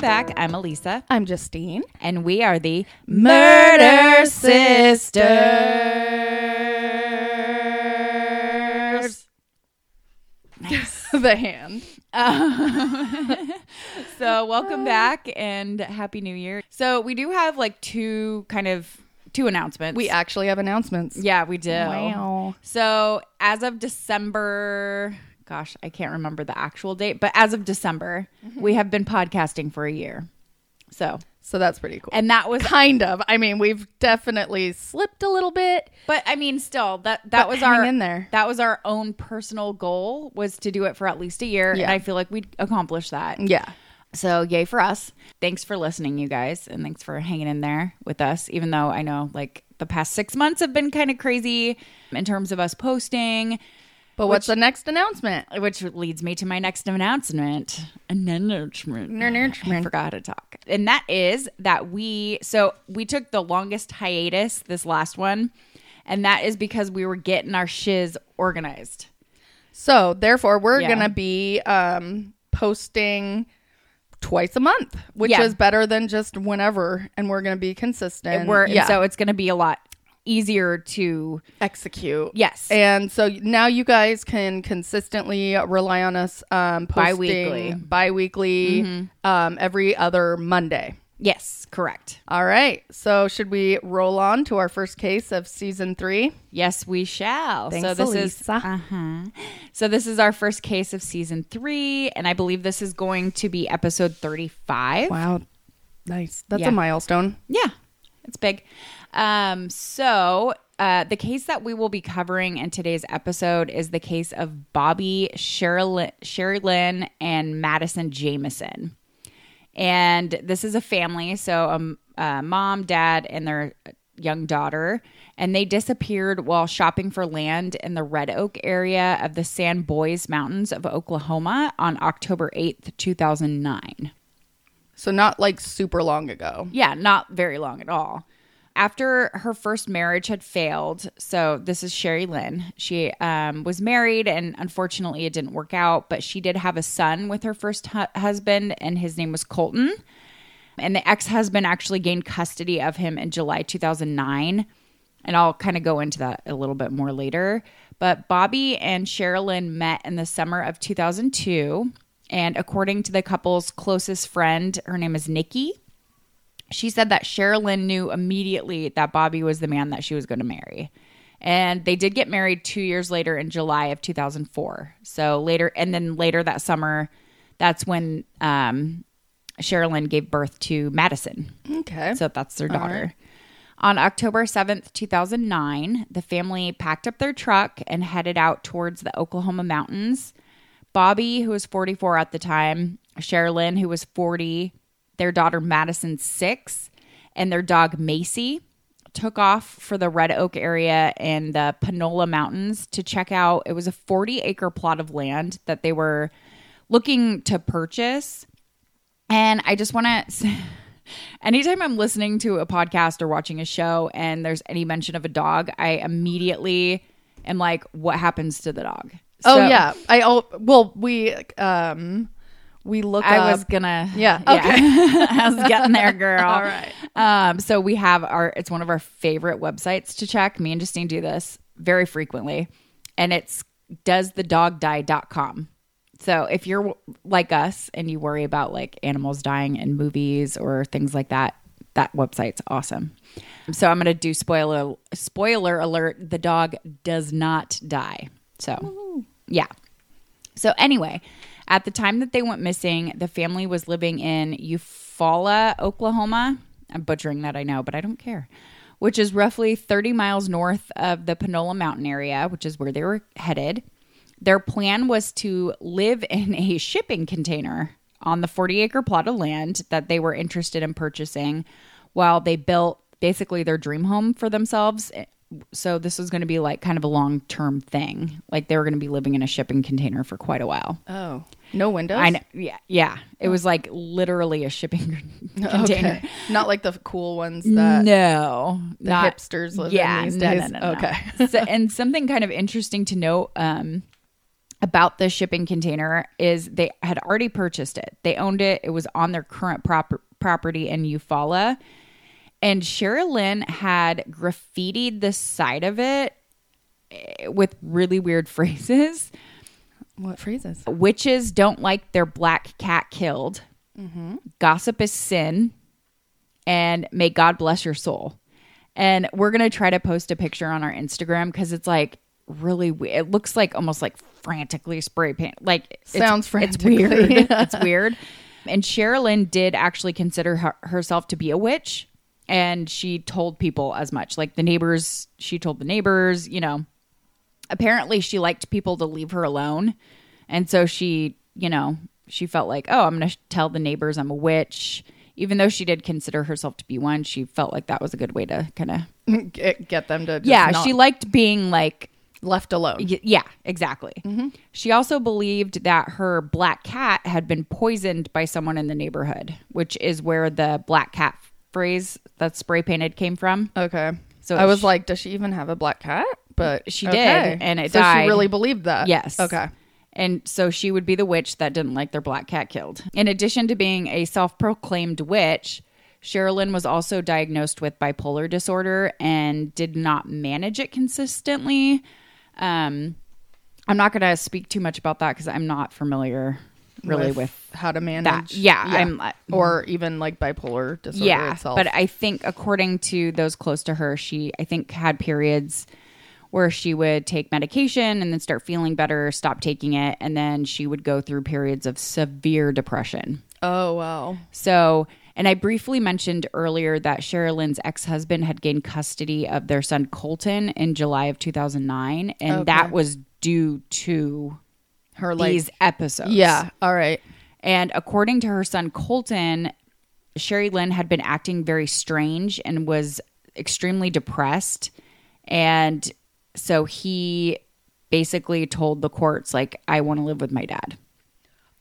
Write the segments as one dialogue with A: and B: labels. A: back. I'm Elisa,
B: I'm Justine.
A: and we are the
B: Murder
A: Sisters. Nice.
B: the hand.
A: Um, so, welcome back and Happy New Year. So, we do have like two kind of two announcements.
B: We actually have announcements.
A: yeah, we do.
B: Wow.
A: So as of December, gosh, I can't remember the actual date, but as of December, we have been podcasting for a year. So,
B: So that's pretty cool.
A: and that was,
B: kind of. I mean, we've definitely slipped a little bit.
A: but I mean, still that that
B: But
A: was
B: hang
A: our
B: in there.
A: That was our own personal goal was to do it for at least a year, and
B: Yeah.
A: I feel like we accomplished that.
B: Yeah.
A: So yay for us! Thanks for listening, you guys, and thanks for hanging in there with us. Even though I know like the past six months have been kind of crazy in terms of us posting.
B: But what's the next announcement?
A: Which leads me to my next announcement. Announcement.
B: Announcement.
A: I forgot to talk. And that is that we, so we took the longest hiatus, this last one. And that is because we were getting our shiz organized.
B: So therefore, we're
A: Yeah.
B: gonna be um, posting twice a month, which
A: Yeah.
B: is better than just whenever. And we're gonna be consistent.
A: We're,
B: yeah.
A: and so it's going to be a lot easier to,
B: execute.
A: yes.
B: And so now you guys can consistently rely on us um, posting
A: Bi-weekly. Mm-hmm.
B: bi-weekly, um, every other Monday.
A: yes, correct.
B: All right. So should we roll on to our first case of season three?
A: Yes, we shall. so
B: Thanks,
A: this is
B: Elisa.
A: uh-huh. So this is our first case of season 3 and I believe this is going to be episode 35.
B: Wow. Nice. That's
A: Yeah.
B: a milestone.
A: Yeah, it's big. Um, so uh, the case that we will be covering in today's episode is the case of Bobby Sherilyn, Sherilyn and Madison Jameson. And this is a family, so um, uh, mom, dad, and their young daughter, and they disappeared while shopping for land in the Red Oak area of the San Boys Mountains of Oklahoma on October eighth, two thousand nine.
B: So not like super long ago.
A: Yeah, not very long at all. After her first marriage had failed, so this is Sherry Lynn. She um, was married, and unfortunately, it didn't work out. But she did have a son with her first hu- husband, and his name was Colton. And the ex husband actually gained custody of him in July 2009. And I'll kind of go into that a little bit more later. But Bobby and Sherilyn met in the summer of 2002. And according to the couple's closest friend, her name is Nikki, she said that Sherilyn knew immediately that Bobby was the man that she was going to marry. And they did get married two years later in July of 2004. So later, and then later that summer, that's when um, Sherilyn gave birth to Madison.
B: Okay.
A: So that's their daughter. On October 7th, 2009, the family packed up their truck and headed out towards the Oklahoma mountains. Bobby, who was 44 at the time, Sherilyn, who was 40, their daughter Madison, six, and their dog Macy took off for the Red Oak area and the Panola Mountains to check out. It was a 40 acre plot of land that they were looking to purchase. And I just want to, anytime I'm listening to a podcast or watching a show and there's any mention of a dog, I immediately am like, what happens to the dog?
B: oh
A: So
B: yeah. I oh well we um we look
A: I
B: up-
A: was gonna,
B: Yeah,
A: I was getting there, girl.
B: All right.
A: Um, so we have our, it's one of our favorite websites to check. Me and Justine do this very frequently, and it's doesthedogdie.com. So if you're like us and you worry about like animals dying in movies or things like that, that website's awesome. So I'm gonna do spoiler spoiler alert: the dog does not die. So yeah. So anyway, at the time that they went missing, the family was living in Eufaula, Oklahoma. I'm butchering that, I know, but I don't care. Which is roughly 30 miles north of the Panola Mountain area, which is where they were headed. Their plan was to live in a shipping container on the 40 acre plot of land that they were interested in purchasing while they built basically their dream home for themselves. So this was going to be like kind of a long term thing. Like they were going to be living in a shipping container for quite a while.
B: Oh. No windows?
A: I know. Yeah. Yeah. It was like literally a shipping container. Mm,
B: Okay. Not like the cool ones that
A: No,
B: the hipsters live in these
A: no,
B: days.
A: no, no, no.
B: Okay.
A: so, and something kind of interesting to note um, about the shipping container is they had already purchased it. They owned it. It was on their current prop- property in Eufaula. And Cheryl Lynn had graffitied the side of it eh, with really weird phrases.
B: What phrases?
A: Witches don't like their black cat killed. Gossip is sin. And may God bless your soul. And we're going to try to post a picture on our Instagram because it's like really, we- it looks like almost like frantically spray paint. Like it's-
B: Sounds
A: It's weird.
B: frantically.
A: it's weird. And Sherilyn did actually consider her- herself to be a witch. And she told people as much. Like the neighbors, she told the neighbors, you know, apparently she liked people to leave her alone and so she you know she felt like oh i'm going to tell the neighbors i'm a witch even though she did consider herself to be one she felt like that was a good way to kind of
B: Get, get them to just
A: yeah
B: not
A: she liked being like
B: left alone.
A: y- yeah exactly she also believed that her black cat had been poisoned by someone in the neighborhood which is where the black cat phrase that's spray painted came from
B: Okay.
A: So
B: So I was
A: she-
B: like, does she even have a black cat? But
A: She did, and it
B: so
A: died.
B: She really believed that.
A: Yes.
B: uh, Okay.
A: And so she would be the witch that didn't like their black cat killed. In addition to being a self proclaimed witch, Sherilyn was also diagnosed with bipolar disorder and did not manage it consistently. Um, I'm not going to speak too much about that because I'm not familiar really with,
B: how to manage.
A: that. Yeah, I'm like-
B: or even like bipolar disorder
A: yeah.
B: itself.
A: But I think, according to those close to her, she, I think, had periods where she would take medication and then start feeling better, stop taking it, and then she would go through periods of severe depression.
B: oh wow.
A: So, and I briefly mentioned earlier that Sherilyn's ex husband had gained custody of their son Colton in July of 2009. And that was due to
B: Her like
A: these episodes.
B: yeah. All right.
A: And according to her son Colton, Sherry Lynn had been acting very strange and was extremely depressed. And so he basically told the courts, like, I want to live with my dad.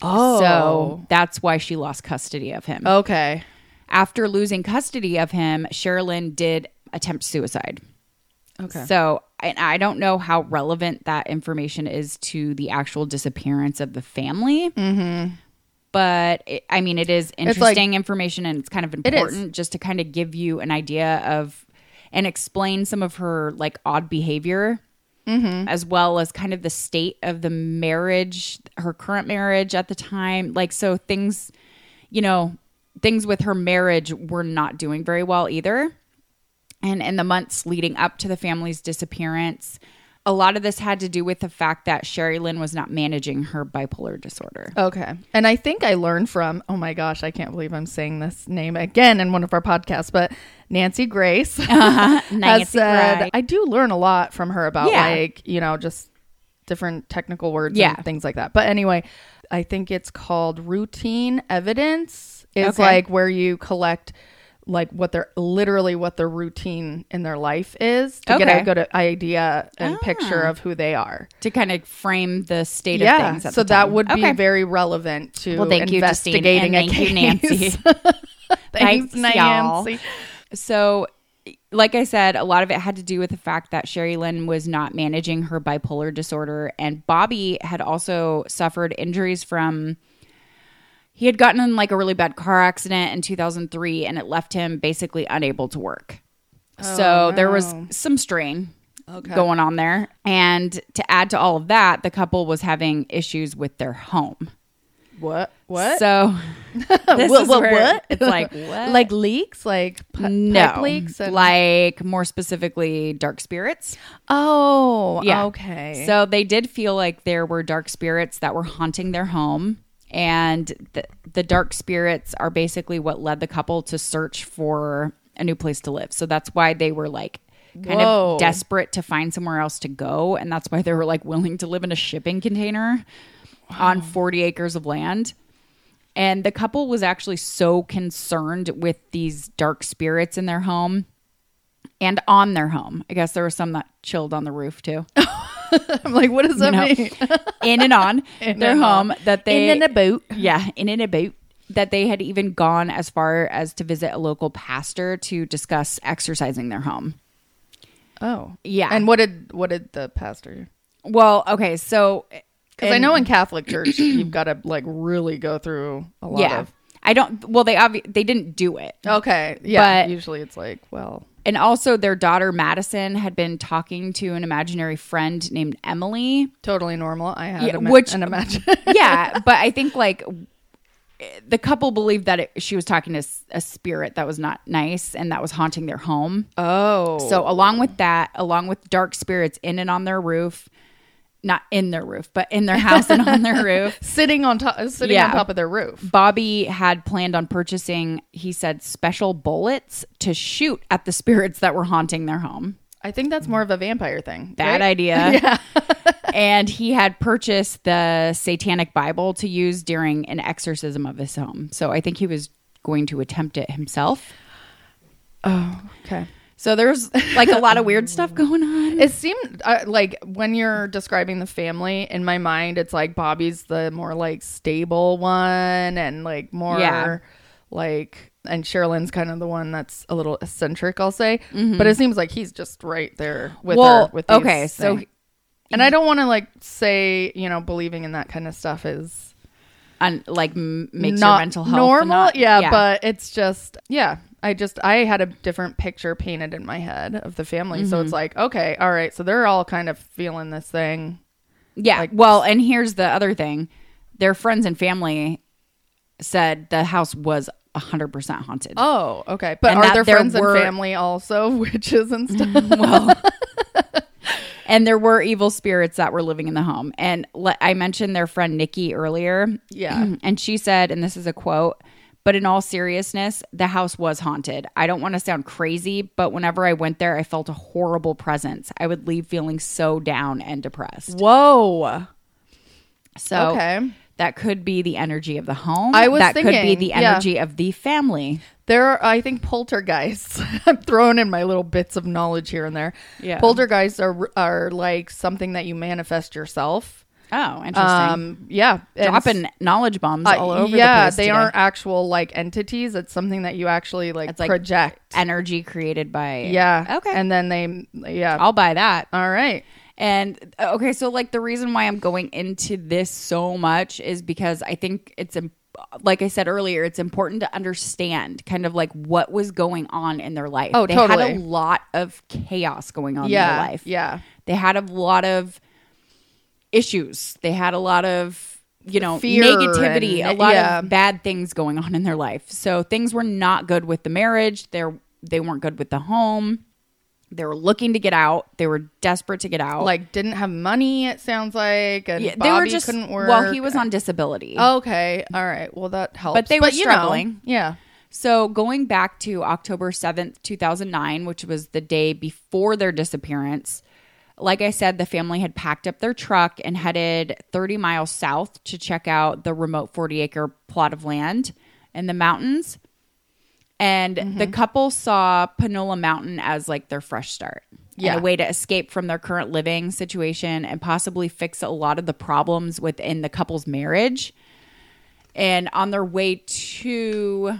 B: Oh.
A: Oh. So that's why she lost custody of him.
B: okay.
A: After losing custody of him, Sherilyn did attempt suicide.
B: Okay.
A: So and I don't know how relevant that information is to the actual disappearance of the family. Mm-hmm. But it, I mean, it is
B: like-
A: interesting information and it's kind of
B: is.
A: important just to kind of give you an idea of and explain some of her like odd behavior.
B: Mm-hmm.
A: As well as kind of the state of the marriage, her current marriage at the time. Like, so things, you know, things with her marriage were not doing very well either and in the months leading up to the family's disappearance. A lot of this had to do with the fact that Sherry Lynn was not managing her bipolar disorder.
B: Okay. And I think I learned from, oh my gosh, I can't believe I'm saying this name again in one of our podcasts, but Nancy Grace
A: Nancy
B: has said,
A: Grace.
B: I do learn a lot from her about
A: Yeah.
B: like, you know, just different technical words
A: Yeah.
B: and things like that. But anyway, I think it's called routine evidence. It's
A: Okay.
B: like where you collect like what their literally what their routine in their life is to get
A: Okay. Ah.
B: a good idea and picture of who they are.
A: To kind of frame the state of things. At
B: So
A: the
B: that
A: time.
B: would be
A: Okay.
B: very relevant to
A: well. Thank you, Justine, and
B: investigating
A: thank you,
B: a case.
A: Nancy.
B: Thanks,
A: Thanks, y'all.
B: Nancy.
A: So, like I said, a lot of it had to do with the fact that Sherry Lynn was not managing her bipolar disorder, and Bobby had also suffered injuries from. He had gotten in like a really bad car accident in 2003, and it left him basically unable to work.
B: Oh,
A: so there was some strain going on there, and to add to all of that, the couple was having issues with their home.
B: What? What?
A: So this
B: what,
A: is
B: what,
A: where
B: what?
A: it's like what?
B: Like leaks? Like pi-
A: no,
B: pipe leaks? And-
A: like more specifically, dark spirits.
B: oh,
A: Yeah.
B: okay.
A: So they did feel like there were dark spirits that were haunting their home, and the, the dark spirits are basically what led the couple to search for a new place to live. So that's why they were like kind
B: Whoa.
A: of desperate to find somewhere else to go, and that's why they were like willing to live in a shipping container on 40 acres of land. And the couple was actually so concerned with these dark spirits in their home and on their home. I guess there were some that chilled on the roof too.
B: I'm like, what does that
A: No.
B: mean?
A: in and on their
B: and
A: home
B: on.
A: that they
B: In and about.
A: yeah in and about that they had even gone as far as to visit a local pastor to discuss exercising their home
B: Oh,
A: Yeah.
B: And what did what did the pastor?
A: well okay so
B: Because I
A: And-
B: know in Catholic Church you've got to like really go through a lot
A: yeah.
B: of.
A: I don't. Well, they obvi- they didn't do it,
B: Okay, yeah.
A: But-
B: usually it's like, well,
A: and also their daughter Madison had been talking to an imaginary friend named Emily.
B: totally normal. I had
A: Yeah,
B: ima-
A: which-
B: an imagine.
A: yeah, but I think like the couple believed that it, she was talking to s- a spirit that was not nice and that was haunting their home.
B: oh,
A: So along with that, along with dark spirits in and on their roof, not in their roof, but in their house and on their roof.
B: sitting on top, sitting on
A: Yeah.
B: top of their roof.
A: Bobby had planned on purchasing, he said, special bullets to shoot at the spirits that were haunting their home.
B: I think
A: Mm.
B: that's more of a vampire thing.
A: Bad
B: right?
A: idea. and he had purchased the satanic Bible to use during an exorcism of his home. So I think he was going to attempt it himself.
B: Oh, okay.
A: So there's like a lot of weird stuff going on.
B: It seemed uh, like when you're describing the family in my mind, it's like Bobby's the more like stable one and like more
A: Yeah.
B: like, and Sherilyn's kind of the one that's a little eccentric, I'll say. But it seems like he's just right there with
A: Mm-hmm. Well,
B: her. With these
A: okay, so-
B: things. and I don't want to like say you know believing in that kind of stuff is
A: On like m- makes
B: not
A: your mental health
B: normal.
A: not-
B: yeah, but it's just yeah. I just I had a different picture painted in my head of the family, so
A: Mm-hmm.
B: it's like okay, all right, so they're all kind of feeling this thing.
A: Yeah.
B: Like-
A: well, and here's the other thing their friends and family said the house was 100% haunted.
B: Oh, okay. But
A: And
B: are
A: that
B: there
A: there
B: friends
A: were-
B: and family also witches and stuff?
A: well, and there were evil spirits that were living in the home. And le- I mentioned their friend Nikki earlier.
B: Yeah.
A: And she said, and this is a quote, but in all seriousness, the house was haunted. I don't want to sound crazy, but whenever I went there, I felt a horrible presence. I would leave feeling so down and depressed.
B: Whoa.
A: So
B: Okay.
A: that could be the energy of the home.
B: I was
A: that could be
B: thinking,
A: the
B: yeah.
A: energy of the family.
B: There are, I think, poltergeists. I'm throwing in my little bits of knowledge here and there.
A: Yeah.
B: Poltergeists are are like something that you manifest yourself.
A: Oh, interesting.
B: Um, yeah. And
A: Dropping knowledge bombs
B: uh,
A: all over
B: yeah,
A: the place.
B: they
A: today.
B: aren't actual like entities. It's something that you actually like
A: It's like-
B: project.
A: energy created by
B: yeah.
A: okay
B: And then they, yeah.
A: i'll buy that
B: all right.
A: and uh, okay so like the reason why i'm going into this so much is because i think it's im- like i said earlier it's important to understand kind of like what was going on in their life
B: Oh,
A: they
B: totally.
A: had a lot of chaos going on in
B: yeah.
A: their life
B: Yeah.
A: they had a lot of issues they had a lot of you know
B: Fear
A: negativity
B: and-
A: a lot
B: yeah.
A: of bad things going on in their life so things were not good with the marriage they're they weren't good with the home they were looking to get out they were desperate to get out
B: like didn't have money. It sounds like, and
A: Yeah,
B: Bobby couldn't work. Oh,
A: well he was on disability
B: Okay, all right. Well, that helps.
A: But they were
B: you know,
A: struggling.
B: yeah.
A: So going back to October 7th, 2009, which was the day before their disappearance, like I said, the family had packed up their truck and headed 30 miles south to check out the remote 40 acre plot of land in the mountains. And the couple saw Panola Mountain as like their fresh start. and
B: Yeah.
A: a way to escape from their current living situation and possibly fix a lot of the problems within the couple's marriage. And on their way to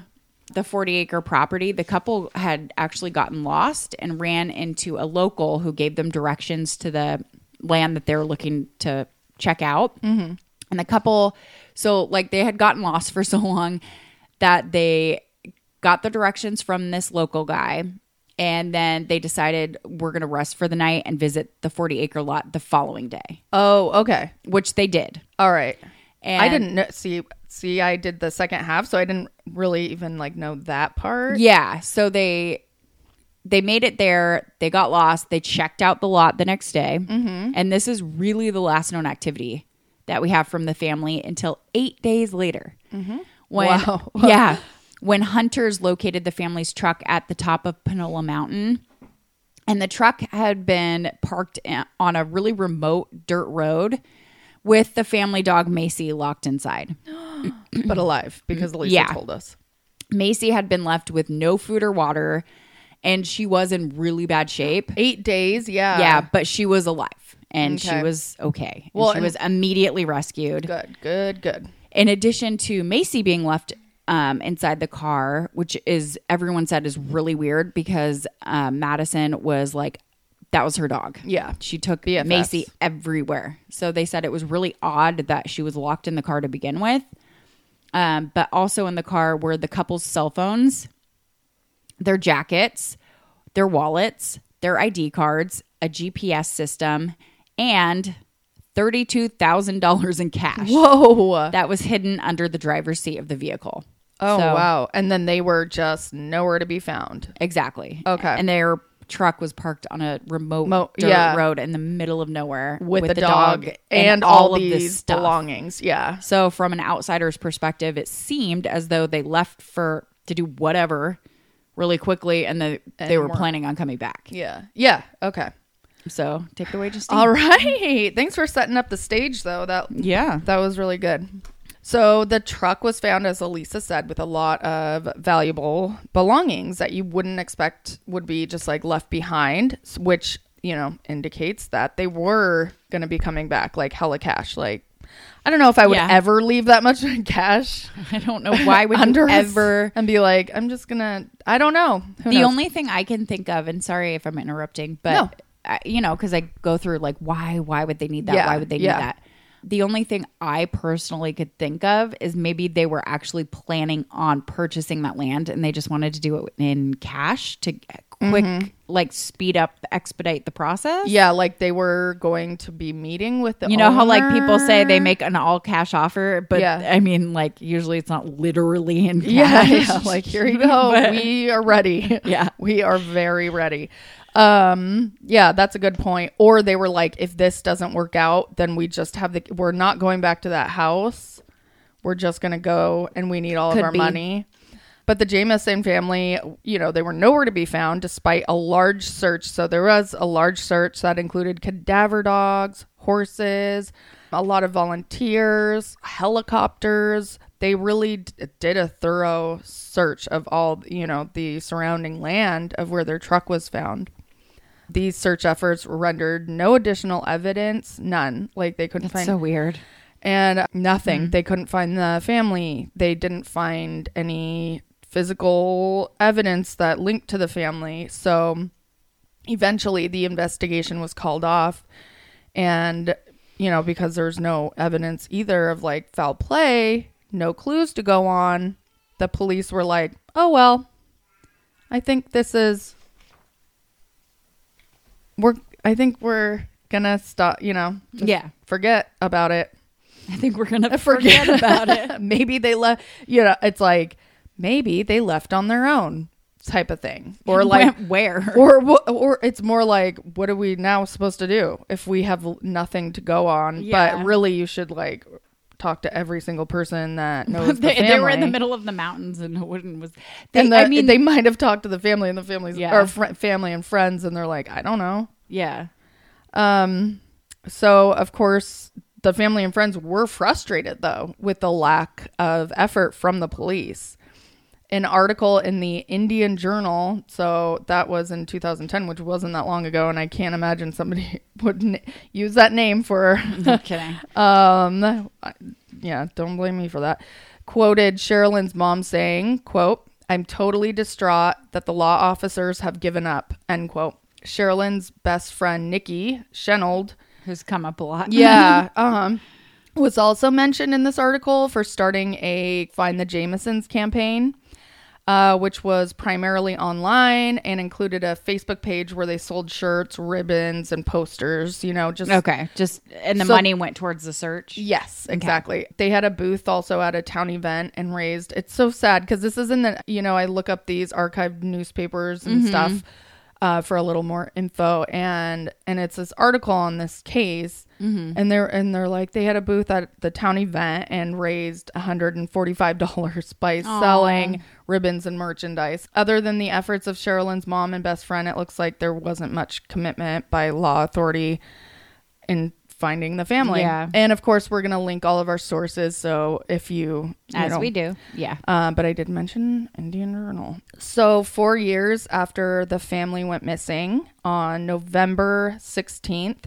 A: the 40 acre property, the couple had actually gotten lost and ran into a local who gave them directions to the land that they were looking to check out. Mm-hmm. And the couple, so like they had gotten lost for so long that they got the directions from this local guy. And then they decided we're going to rest for the night and visit the 40 acre lot the following day,
B: Oh, okay.
A: which they did.
B: All right.
A: And
B: I didn't know, see. See, I did the second half, so I didn't really even like know that part.
A: Yeah. So they they made it there. They got lost. They checked out the lot the next day, and this is really the last known activity that we have from the family until eight days later. When,
B: Wow.
A: yeah. When hunters located the family's truck at the top of Panola Mountain, and the truck had been parked in- on a really remote dirt road with the family dog Macy locked inside.
B: But alive because Lisa
A: Yeah.
B: told us.
A: Macy had been left with no food or water, and she was in really bad shape.
B: Eight days. Yeah.
A: yeah, but she was alive and
B: Okay.
A: she was okay. And
B: Well,
A: she
B: and-
A: was immediately rescued.
B: Good. Good. Good.
A: In addition to Macy being left um, inside the car, which is everyone said is really weird because um Madison was like that was her dog.
B: Yeah.
A: She took
B: BFFs.
A: Macy everywhere. So they said it was really odd that she was locked in the car to begin with. Um, but also in the car were the couple's cell phones, their jackets, their wallets, their ID cards, a GPS system, and $32,000 in cash
B: Whoa.
A: that was hidden under the driver's seat of the vehicle.
B: oh
A: So-
B: wow. And then they were just nowhere to be found.
A: Exactly.
B: Okay.
A: And their truck was parked on a remote
B: Mo-
A: dirt
B: yeah.
A: road in the middle of nowhere
B: With, the, dog, and, all, these belongings. Yeah.
A: So, from an outsider's perspective, it seemed as though they left for to do whatever really quickly, and the, they were
B: weren't.
A: planning on coming back.
B: Yeah. Yeah. Okay.
A: So, take it away, Justine.
B: All right. Thanks for setting up the stage though. That
A: yeah.
B: That was really good. So the truck was found, as Elisa said, with a lot of valuable belongings that you wouldn't expect would be just like left behind, s- which, you know, indicates that they were going to be coming back like hella cash. Like, I don't know if I would
A: Yeah.
B: ever leave that much cash
A: I don't know why would
B: under
A: you
B: us
A: ever.
B: and be like, I'm just going to, I don't know. Who
A: The
B: knows?
A: only thing I can think of, and sorry if I'm interrupting, but
B: No.
A: I, you know, because I go through like why, why would they need that?
B: Yeah,
A: Why would they need
B: yeah.
A: that? The only thing I personally could think of is maybe they were actually planning on purchasing that land and they just wanted to do it in cash to get quick,
B: Mm-hmm.
A: like speed up, expedite the process.
B: yeah, like they were going to be meeting with the
A: You know how like people say they
B: owner?
A: make an all cash offer, but
B: Yeah.
A: I mean like usually it's not literally in cash.
B: Yeah, yeah, like here you go.
A: But-
B: we are ready.
A: Yeah.
B: we are very ready. Um, yeah, that's a good point. Or they were like, if this doesn't work out, then we just have the. We're not going back to that house. We're just gonna go, and we need all
A: Could
B: of our
A: be.
B: money. But the Jameson family, you know, they were nowhere to be found despite a large search. So there was a large search that included cadaver dogs, horses, a lot of volunteers, helicopters. They really d- did a thorough search of all, you know, the surrounding land of where their truck was found. These search efforts rendered no additional evidence, none. Like they couldn't
A: That's
B: find
A: so weird.
B: and nothing. They couldn't find the family. They didn't find any physical evidence that linked to the family. So eventually the investigation was called off and you know because there's no evidence either of like foul play, no clues to go on, the police were like, "Oh well, I think this is we're I think we're going to stop, you know, just
A: Yeah.
B: forget about it."
A: I think we're gonna
B: forget
A: forget about it.
B: maybe they left you know it's like maybe they left on their own type of thing or like
A: Went where?
B: or wh- or it's more like what are we now supposed to do if we have l- nothing to go on
A: Yeah.
B: but really you should like talk to every single person that knows the
A: they,
B: family
A: they were in the middle of the mountains and no one was they,
B: and the,
A: i mean
B: they might have talked to the family and the family's
A: Yeah.
B: or fr- family and friends and they're like i don't know
A: yeah
B: Um, so of course the family and friends were frustrated though with the lack of effort from the police. An article in the Indian Journal, so that was in 2010, which wasn't that long ago, and I can't imagine somebody would n- use that name for
A: no kidding
B: um I- yeah don't blame me for that quoted sherilyn's mom saying quote i'm totally distraught that the law officers have given up end quote sherilyn's best friend nikki shenold
A: who's come up a lot
B: yeah um was also mentioned in this article for starting a find the jamesons campaign uh, which was primarily online and included a facebook page where they sold shirts ribbons and posters you know just
A: okay just and the
B: So-
A: money went towards the search
B: Yes, exactly. They had a booth also at a town event and raised. It's so sad because this isn't the you know I look up these archived newspapers and stuff uh, for a little more info and and it's this article on this case and they're and they're like they had a booth at the town event and raised 145 dollars by selling ribbons and merchandise. Other than the efforts of Sherilyn's mom and best friend, it looks like there wasn't much commitment by law authority in finding the family.
A: Yeah.
B: And of course, we're going to link all of our sources. So if you, you
A: as
B: know-
A: we do yeah
B: Uh, but I did mention Indian Journal. So four years after the family went missing on November 16th,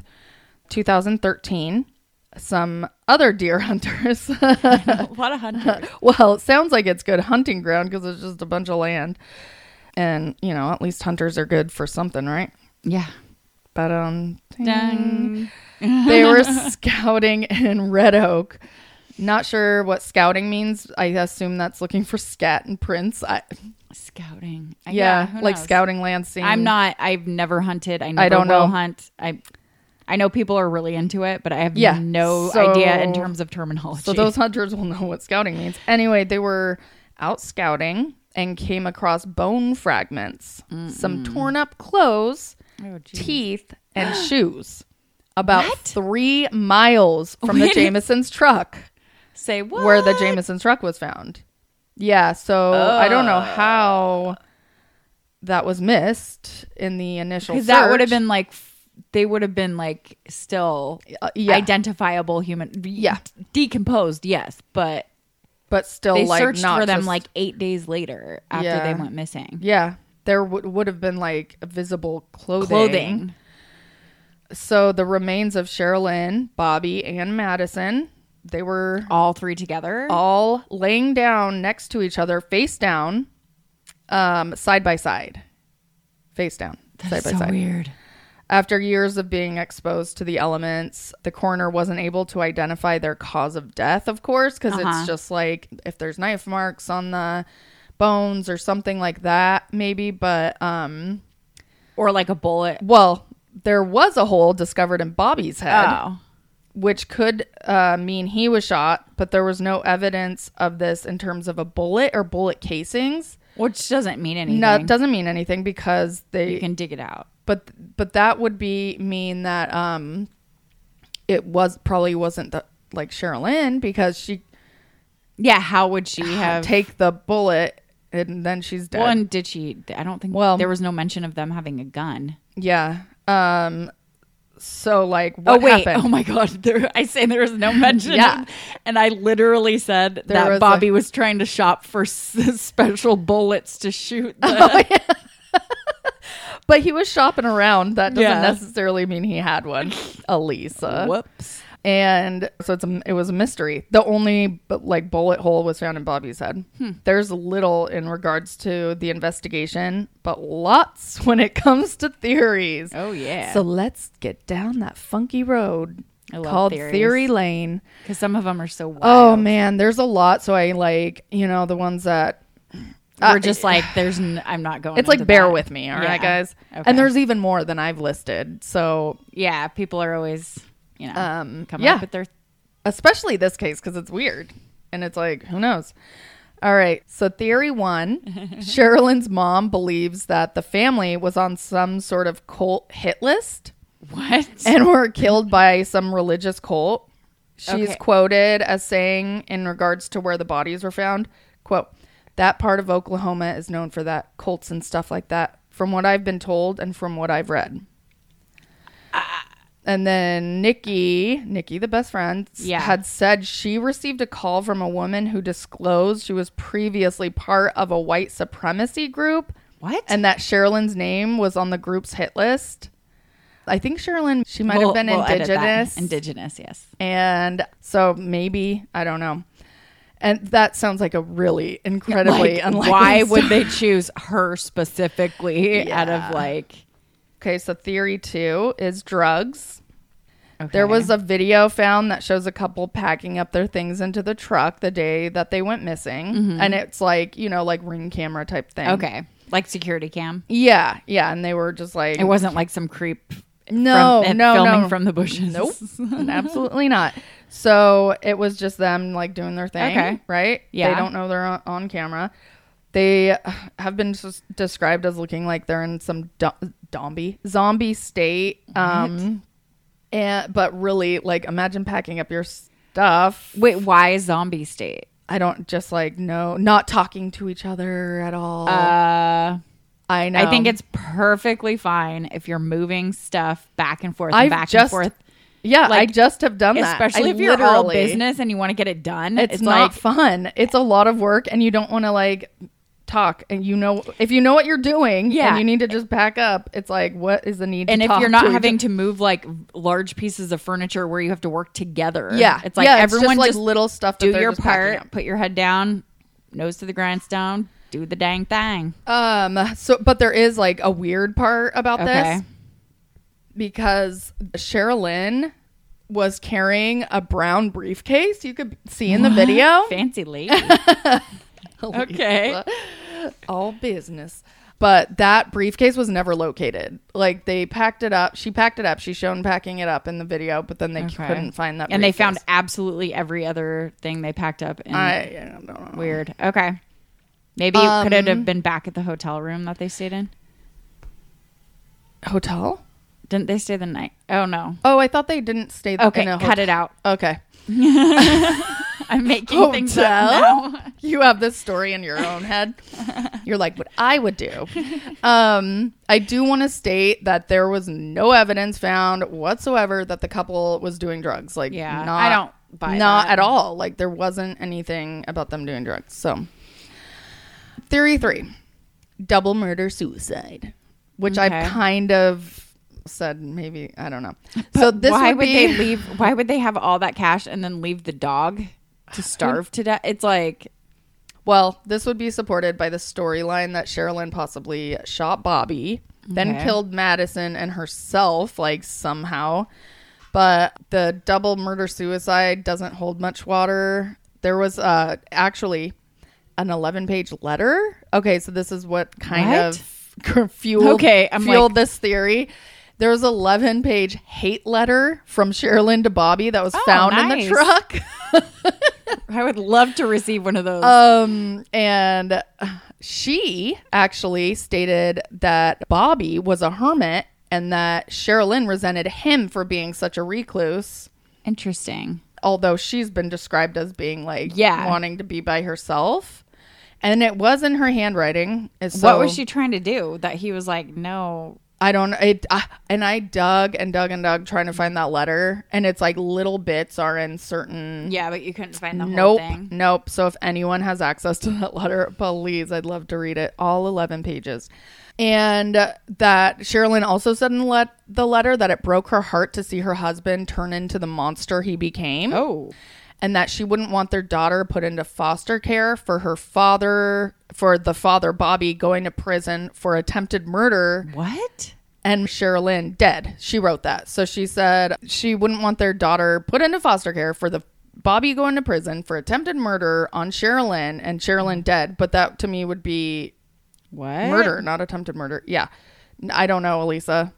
B: 2013, some other deer hunters
A: what a hundred
B: well, it sounds like it's good hunting ground because it's just a bunch of land. And, you know, at least hunters are good for something, right? um,
A: yeah
B: Ba-dum, ding.
A: Dang.
B: they were scouting in Red Oak. Not sure what scouting means. I assume that's looking for scat and prints. I,
A: Scouting. I-
B: yeah,
A: Uh, who
B: like
A: knows?
B: scouting land scene.
A: I'm not. I've never hunted. I never
B: don't
A: will
B: know.
A: hunt. I I know people are really into it, but I have
B: Yeah,
A: no
B: so-
A: idea in terms of terminology.
B: So those hunters will know what scouting means. Anyway, they were out scouting and came across bone fragments, some torn up clothes,
A: Oh, geez.
B: teeth, and shoes. About
A: What?
B: three miles from the
A: Wait.
B: Jamesons' truck,
A: say what?
B: where the Jamesons' truck was found. Yeah, so I don't
A: Oh.
B: know how that was missed in the initial.
A: because that would have
B: search.
A: been like f- they would have been like still
B: Uh, yeah,
A: identifiable human.
B: Yeah.
A: decomposed. Yes, but
B: but still
A: they
B: like
A: searched
B: not
A: for them
B: just-
A: like eight days later after
B: Yeah.
A: they went missing.
B: yeah. There would would have been like visible clothing.
A: Clothing.
B: so the remains of Sherilyn, Bobby, and Madison, they were
A: all three together.
B: all laying down next to each other, face down, um, side by side, face down, side by
A: so
B: side.
A: weird.
B: After years of being exposed to the elements, the coroner wasn't able to identify their cause of death, of course, because
A: Uh-huh.
B: it's just like if there's knife marks on the bones or something like that, maybe. But um,
A: Or like a bullet.
B: well, there was a hole discovered in Bobby's head
A: Oh.
B: which could uh, mean he was shot, but there was no evidence of this in terms of a bullet or bullet casings.
A: Which doesn't mean anything.
B: No, it doesn't mean anything because they.
A: you can dig it out.
B: but but that would be mean that um, it was probably wasn't the like Sherilyn because she
A: Yeah, how would she have
B: take the bullet and then she's dead.
A: one? Did she? I don't think.
B: Well-
A: Well, there was no mention of them having a gun.
B: Yeah. Um. So like, what
A: oh wait!
B: happened?
A: Oh my god! There, I say there was no mention.
B: Yeah.
A: and I literally said
B: There was
A: that
B: a-
A: Bobby was trying to shop for s- special bullets to shoot. The,
B: Oh, But he was shopping around. That doesn't
A: Yeah.
B: necessarily mean he had one. Elisa.
A: whoops!
B: and so it's a, it was a mystery. The only but, like bullet hole was found in Bobby's head.
A: Hmm.
B: There's little in regards to the investigation, but lots when it comes to theories.
A: Oh yeah,
B: So let's get down that funky road
A: I love
B: called
A: theories.
B: Theory Lane.
A: because some of them are so wild.
B: Oh man, there's a lot. So I like you know the ones that
A: we're
B: uh,
A: just like there's. N- I'm not going.
B: it's like
A: into
B: bear
A: that.
B: with me, all right,
A: Yeah.
B: guys.
A: Okay.
B: And there's even more than I've listed. So
A: Yeah, people are always you know
B: Um,
A: coming
B: yeah.
A: up with their
B: especially this case because it's weird and it's like who knows all right so theory one sherilyn's mom believes that the family was on some sort of cult hit list
A: what?
B: and were killed by some religious cult she's
A: Okay.
B: quoted as saying in regards to where the bodies were found quote that part of oklahoma is known for that cults and stuff like that from what i've been told and from what i've read and then Nikki, Nikki, the best friend, s-
A: Yeah.
B: had said she received a call from a woman who disclosed she was previously part of a white supremacy group
A: What?
B: and that Sherilyn's name was on the group's hit list. I think Sherilyn, she might have been
A: edit that.
B: indigenous.
A: Indigenous, yes.
B: and so maybe, I don't know. And that sounds like a really incredibly unlikely
A: why
B: story.
A: would they choose her specifically out
B: Yeah.
A: of like?
B: Okay, so theory two is drugs.
A: Okay.
B: There was a video found that shows a couple packing up their things into the truck the day that they went missing. And it's like, you know, like ring camera type thing.
A: Mm-hmm. okay, like security cam.
B: Yeah. Yeah. And they were just like,
A: It wasn't like some creep.
B: no,
A: from, eh,
B: no,
A: filming
B: no.
A: from the bushes.
B: Nope. Absolutely not. So it was just them like doing their thing.
A: Okay.
B: Right? They
A: Yeah.
B: don't know they're on, on camera. They have been s- described as looking like they're in some do- zombie zombie state. Um, and but really, like, imagine packing up your stuff.
A: Wait, why zombie state?
B: I don't just like no, not talking to each other at all.
A: Uh,
B: I know.
A: I think it's perfectly fine if you're moving stuff back and forth, and
B: I've
A: back
B: just
A: and forth.
B: yeah. I
A: like,
B: just have done that.
A: Especially
B: I
A: if you're all
B: literally-
A: business and you want to get it done.
B: It's, not
A: like,
B: fun. It's a lot of work, and you don't want to like talk. And you know, if you know what you're doing,
A: Yeah.
B: and you need to just back up. It's like, what is the need?
A: and
B: to
A: if
B: talk
A: you're not
B: to each-
A: having to move like large pieces of furniture where you have to work together,
B: yeah,
A: it's like
B: yeah,
A: everyone
B: just, like
A: just
B: little stuff. That
A: do
B: they're
A: your
B: just packing
A: part, put your head down, nose to the grindstone, do the dang thing.
B: up. Um. So, but there is like a weird part about
A: Okay.
B: this. because Sherilyn was carrying a brown briefcase. You could see in the video.
A: Fancy lady. Okay.
B: Lisa. All business. But that briefcase was never located. Like they packed it up. She packed it up. She's shown packing it up in the video, but then they
A: Okay.
B: couldn't find that.
A: and they
B: briefcase.
A: found absolutely every other thing they packed up. In
B: I, Um, I don't know.
A: Weird. Okay. Maybe it could it have been back at the hotel room that they stayed in?
B: hotel.
A: Didn't they stay the night? Oh no.
B: Oh, I thought they didn't stay. th-
A: Okay,
B: in a
A: cut
B: hotel.
A: it out.
B: Okay,
A: I'm making things
B: Hotel?
A: up now.
B: you have this story in your own head. You're like what I would do. Um, I do want to state that there was no evidence found whatsoever that the couple was doing drugs. Like,
A: Yeah,
B: not,
A: I don't buy
B: not
A: that.
B: at all. Like, there wasn't anything about them doing drugs. So, theory three, double murder suicide, which
A: Okay.
B: I've kind of said maybe I don't know. so this
A: why
B: would,
A: would,
B: be,
A: they leave? Why would they have all that cash and then leave the dog to starve to death? It's like
B: Well, this would be supported by the storyline that Sherilyn possibly shot Bobby, then
A: Okay.
B: killed Madison and herself, like somehow. But the double murder suicide doesn't hold much water. There was uh, actually an 11 page letter. Okay, so this is what kind of fueled,
A: Okay, I'm
B: fueled
A: like-
B: this theory. There was 11 page hate letter from Sherilyn to Bobby that was found in
A: Oh, nice.
B: the truck.
A: I would love to receive one of those.
B: Um, and uh, she actually stated that Bobby was a hermit and that Sherilyn resented him for being such a recluse.
A: Interesting.
B: Although she's been described as being like,
A: Yeah.
B: wanting to be by herself. And it was in her handwriting.
A: what
B: and so-
A: was she trying to do that he was like, no,
B: I don't. It I, and I dug and dug and dug trying to find that letter, and it's like little bits are in certain
A: yeah, but you couldn't find the whole
B: Nope.
A: thing.
B: Nope. So if anyone has access to that letter, please, I'd love to read it. All 11 pages. And uh, that Sherilyn also said in let- the letter that it broke her heart to see her husband turn into the monster he became.
A: Oh,
B: And that she wouldn't want their daughter put into foster care for her father, for the father, Bobby, going to prison for attempted murder
A: what?
B: and Sherilyn dead. She wrote that. So she said she wouldn't want their daughter put into foster care for the Bobby going to prison for attempted murder on Sherilyn and Sherilyn dead. But that to me would be
A: What
B: murder, not attempted murder. Yeah. N- I don't know, Elisa.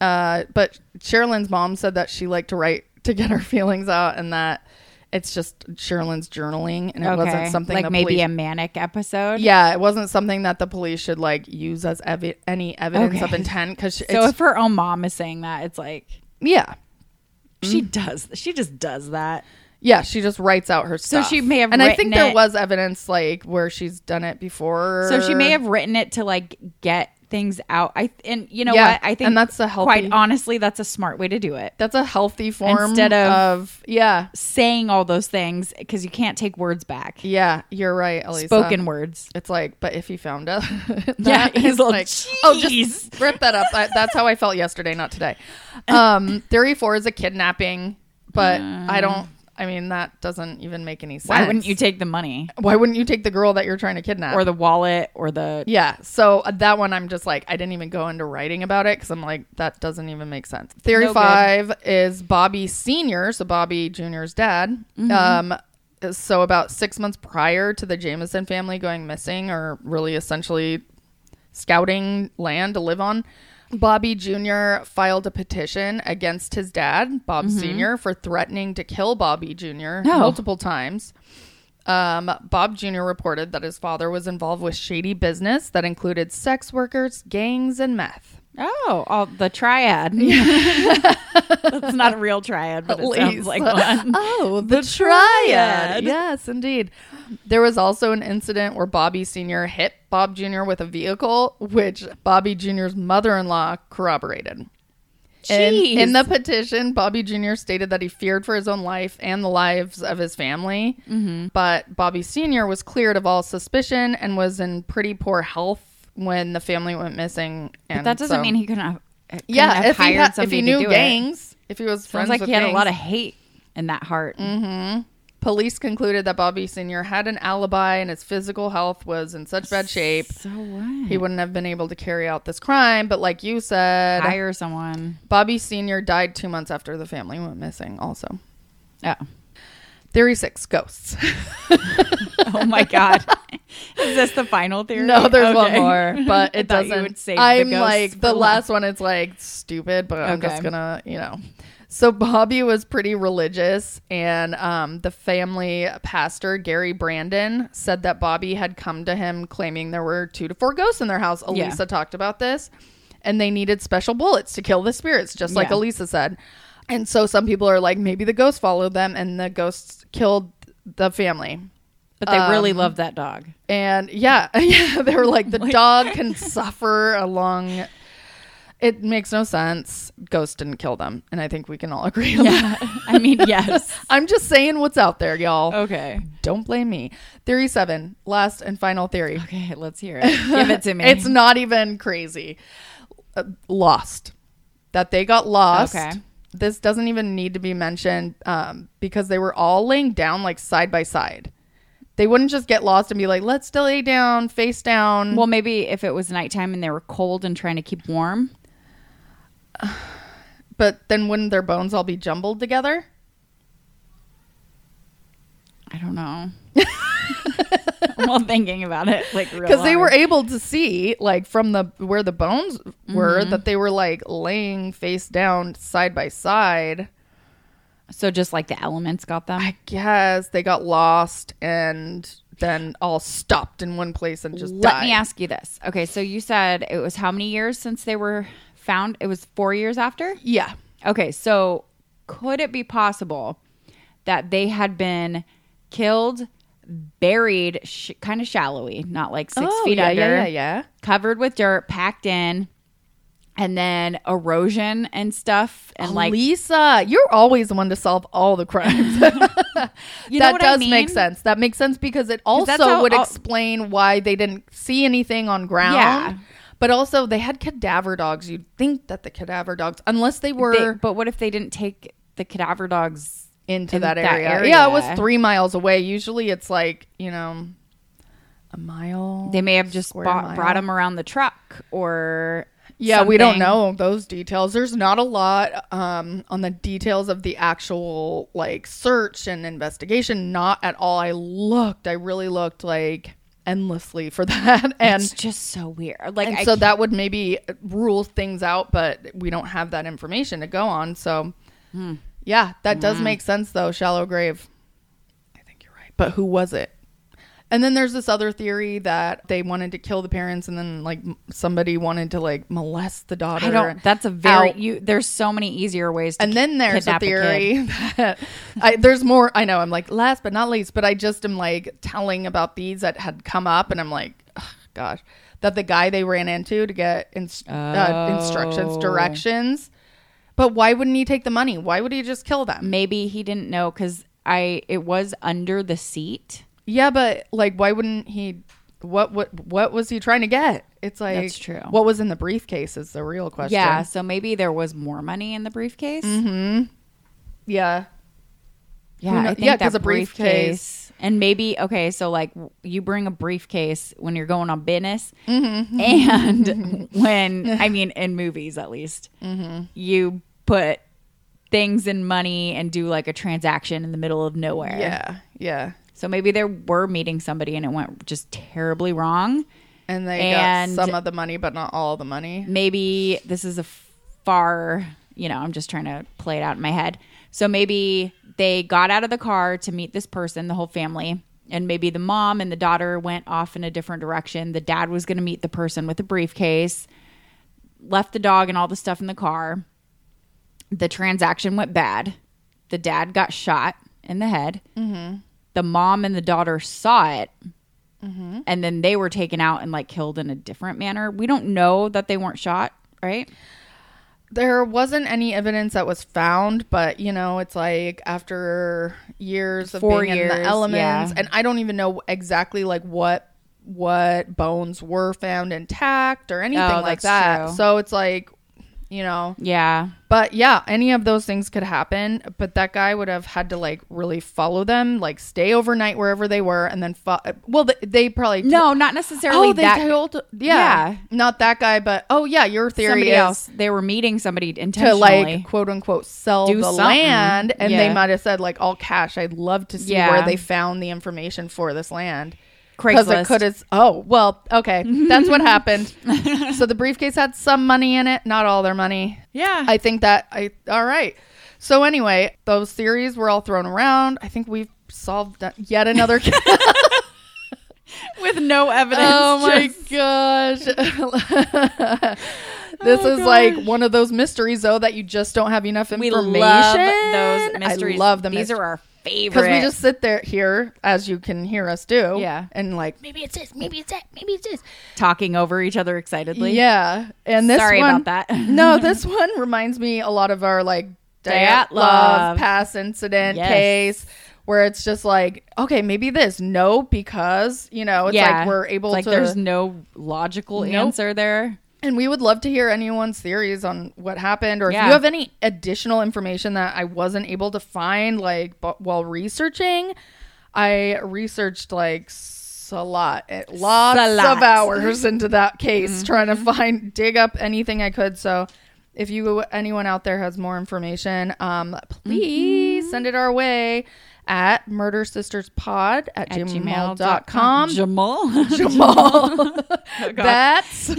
B: Uh, but Sherilyn's mom said that she liked to write to get her feelings out and that it's just Sherilyn's journaling and it wasn't something
A: like
B: the
A: maybe
B: police-
A: a manic episode.
B: yeah, it wasn't something that the police should like use as evi- any evidence of
A: Okay.
B: intent because
A: So if her own mom is saying that, it's like mm.
B: yeah,
A: she does. She just does that.
B: Yeah, she just writes out her stuff.
A: she may have
B: and I
A: written
B: think there
A: it-
B: was evidence like where she's done it before.
A: So she may have written it to like get things out. I and you know
B: Yeah,
A: what? I think
B: and that's a healthy-
A: quite honestly, that's a smart way to do it.
B: That's a healthy form
A: Instead of-
B: of yeah,
A: Saying all those things because you can't take words back.
B: yeah. You're right, Elisa.
A: Spoken words.
B: It's like, but if he found out,
A: Yeah,
B: that
A: he's
B: is
A: like,
B: oh,
A: "Jeez."
B: just rip that up. I, that's how I felt yesterday, not today. Um, theory four is a kidnapping, but I don't. I mean, that doesn't even make any sense.
A: Why wouldn't you take the money
B: Why wouldn't you take the girl that you're trying to kidnap
A: or the wallet or the?
B: Yeah. So uh, that one, I'm just like, I didn't even go into writing about it because I'm like, that doesn't even make sense. Theory
A: No good.
B: five is Bobby Sr., so Bobby Jr.'s dad.
A: Mm-hmm.
B: Um, so about six months prior to the Jameson family going missing or really essentially scouting land to live on. Bobby Jr. filed a petition against his dad, Bob Sr., for threatening to kill Bobby Jr.
A: Mm-hmm. No.
B: multiple times. Um, Bob Jr. reported that his father was involved with shady business that included sex workers, gangs, and meth.
A: Oh, all the triad. That's not a real triad, but it sounds like one.
B: Oh, the,
A: triad.
B: Yes, indeed. There was also an incident where Bobby Sr. hit Bob Jr. with a vehicle, which Bobby Jr.'s mother in law corroborated. In, in the petition, Bobby Jr. stated that he feared for his own life and the lives of his family.
A: Mm-hmm.
B: But Bobby Sr. was cleared of all suspicion and was in pretty poor health when the family went missing. And
A: But that doesn't
B: so-
A: mean he couldn't have. couldn't
B: yeah.
A: have
B: If he,
A: hired
B: had, if
A: somebody
B: he
A: to
B: knew
A: do it.
B: gangs, if he was friends
A: Sounds like
B: with
A: he had a
B: gangs.
A: lot of hate in that heart. Mm-hmm.
B: Police concluded that Bobby Sr. had an alibi and his physical health was in such bad shape.
A: So what?
B: He wouldn't have been able to carry out this crime, but like you said,
A: Hire someone.
B: Bobby Sr. died two months after the family went missing, also.
A: Oh.
B: Theory six ghosts.
A: Oh my god. Is this the final theory?
B: no,
A: Okay.
B: there's one more, but
A: I
B: it
A: thought you
B: doesn't.
A: would save the
B: I'm
A: ghosts
B: like, the
A: for
B: last one, it's like stupid, but I'm just
A: Okay.
B: gonna, you know. So Bobby was pretty religious, and um, the family pastor, Gary Brandon, said that Bobby had come to him claiming there were two to four ghosts in their house.
A: Yeah.
B: Elisa talked about this, and they needed special bullets to kill the spirits, just like
A: Yeah.
B: Elisa said. And so some people are like, maybe the ghosts followed them, and the ghosts killed the family.
A: But they really
B: um,
A: love that dog.
B: And yeah, yeah, they were like the dog can suffer along. It makes no sense. Ghost didn't kill them, and I think we can all agree on that.
A: I mean, yes.
B: I'm just saying what's out there, y'all.
A: Okay.
B: Don't blame me. Theory seven, last and final theory.
A: Okay, let's hear it. Give it to me.
B: It's not even crazy. Uh, lost. That they got lost.
A: Okay.
B: This doesn't even need to be mentioned um, because they were all laying down like side by side. They wouldn't just get lost and be like, let's lay down, face down.
A: well, maybe if it was nighttime and they were cold and trying to keep warm.
B: but then wouldn't their bones all be jumbled together?
A: I don't know. well, thinking about it, like
B: Because they were able to see, like from the where the bones were,
A: Mm-hmm.
B: that they were like laying face down, side by side.
A: so just like the elements got them.
B: I guess they got lost and then all stopped in one place and just
A: Let
B: died.
A: me ask you this. Okay, so you said it was how many years since they were found? It was four years after?
B: Yeah,
A: Okay, so could it be possible that they had been killed, buried sh- kind of shallowy, not like six
B: Oh,
A: feet
B: yeah,
A: under,
B: Yeah, yeah, yeah.
A: covered with dirt, packed in, and then erosion and stuff, and like
B: Lisa, you're always the one to solve all the crimes.
A: you know
B: that
A: what I
B: does
A: mean?
B: make sense. That makes sense because it
A: 'Cause
B: also
A: that's how
B: would
A: all-
B: explain why they didn't see anything on ground.
A: Yeah.
B: But also, they had cadaver dogs. You'd think that the cadaver dogs, unless they
A: They-
B: were
A: but what if they didn't take the cadaver dogs?
B: into
A: in
B: that,
A: that
B: area. Yeah, it was
A: area.
B: three miles away. Usually, it's like you know, a mile.
A: They may have just
B: Oh, Square
A: bought,
B: mile.
A: brought them around the truck or.
B: Yeah, we don't
A: something.
B: know those details. There's not a lot um, on the details of the actual like search and investigation. Not at all. I looked. I really looked like endlessly for that,
A: It's
B: and
A: just so weird. Like,
B: and
A: I
B: so that would maybe rule things out. But we don't have that information to go on. So
A: Hmm.
B: yeah, that does make sense though. Shallow grave. I think you're right. But who was it? And then there's this other theory that they wanted to kill the parents, and then like m- somebody wanted to like molest the daughter.
A: I don't. That's a very
B: out.
A: you. There's so many easier ways. to
B: And then there's a
A: kidnap a kid.
B: theory that I, there's more. I know I'm like last but not least, but I just am like telling about these that had come up, and I'm like, ugh, gosh, that the guy they ran into to get inst- uh, instructions,
A: Oh.
B: directions. But why wouldn't he take the money? Why would he just kill them?
A: Maybe he didn't know because I. It was under the seat.
B: Yeah, but like, why wouldn't he? What what what was he trying to get? It's like
A: That's true.
B: What was in the briefcase is the real question. Mm-hmm.
A: Yeah, so maybe there was more money in the briefcase.
B: yeah. Who
A: Yeah,
B: kno-
A: I think
B: yeah, 'cause
A: that's
B: a
A: a
B: briefcase-
A: briefcase. And maybe okay, so like w- you bring a briefcase when you're going on business, Mm-hmm. and when I mean in movies at least, you put things in money and do like a transaction in the middle of nowhere.
B: Yeah, yeah.
A: So maybe they were meeting somebody and it went just terribly wrong.
B: And they
A: And-
B: got some of the money, but not all the money.
A: Maybe this is a far, you know, I'm just trying to play it out in my head. So maybe they got out of the car to meet this person, the whole family, and maybe the mom and the daughter went off in a different direction. The dad was going to meet the person with the briefcase, left the dog and all the stuff in the car. The transaction went bad. The dad got shot in the head. The mom and the daughter saw it and then they were taken out and like killed in a different manner. We don't know that they weren't shot, right?
B: There wasn't any evidence that was found, but you know, it's like after years of
A: Four
B: being in
A: years,
B: the elements,
A: yeah.
B: and I don't even know exactly like what what bones were found intact or anything like
A: Oh, that's
B: that.
A: true.
B: So it's like you know.
A: Yeah.
B: But yeah, any of those things could happen. But that guy would have had to like really follow them, like stay overnight wherever they were, and then fo- well, they, they probably
A: No, not necessarily
B: oh, they
A: that.
B: told yeah,
A: Yeah.
B: not that guy, but oh yeah, your theory
A: somebody
B: is
A: else. They were meeting somebody
B: to
A: intentionally.
B: like quote unquote sell
A: Do
B: the
A: something.
B: land, and they
A: Yeah.
B: might have said like all cash. I'd love to see
A: Yeah.
B: where they found the information for this land. it
A: Craigslist.
B: could have. Oh well, okay, that's what happened. so the briefcase had some money in it, not all their money.
A: yeah.
B: I think that I all right. So anyway, those theories were all thrown around. I think we've solved uh, yet another.
A: with no evidence.
B: oh my
A: just-
B: gosh. this
A: Oh
B: is like
A: gosh.
B: one of those mysteries though that you just don't have enough
A: We
B: information.
A: love those mysteries.
B: I love them.
A: These are our favorite.
B: because we just sit there here as you can hear us do.
A: Yeah.
B: And like
C: Maybe it's this. Maybe it's that. Maybe it's this.
A: talking over each other excitedly.
B: yeah. And this
A: Sorry
B: one,
A: about that.
B: no, this one reminds me a lot of our like
A: Dyatlov.
B: Dyatlov past incident
A: Yes.
B: case where it's just like, okay, maybe this. No, because, you know, it's like we're able
A: It's like
B: to
A: there's no logical
B: Nope.
A: answer there.
B: and we would love to hear anyone's theories on what happened or if
A: Yeah.
B: you have any additional information that I wasn't able to find like bu- while researching. I researched like s- a lot, eh, lots
A: lot.
B: of hours into that case
A: Mm-hmm.
B: trying to find dig up anything I could. So if you anyone out there has more information, um please
A: Mm-hmm.
B: send it our way at murder sisters pod at,
A: At
B: gmail.com.
A: gmail.com. Jamal. Oh,
B: Jamal.
A: God.
B: That's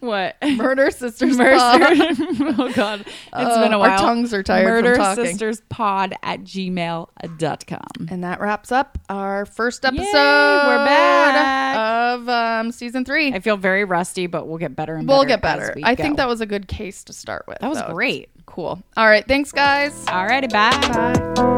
A: what?
B: Murder Sisters
A: Murder.
B: Pod.
A: oh God, it's
B: Oh,
A: been a
B: our
A: while.
B: tongues are tired from
A: Murder
B: talking.
A: Sisters Pod at gmail.com.
B: And that wraps up our first episode
A: we're back.
B: of um, season three.
A: I feel very rusty, but we'll get better and better.
B: we'll get
A: as
B: better.
A: we
B: I
A: go.
B: think that was a good case to start with.
A: that was
B: though.
A: great.
B: Cool. All right. Thanks, guys.
A: Alrighty, bye.
B: Bye.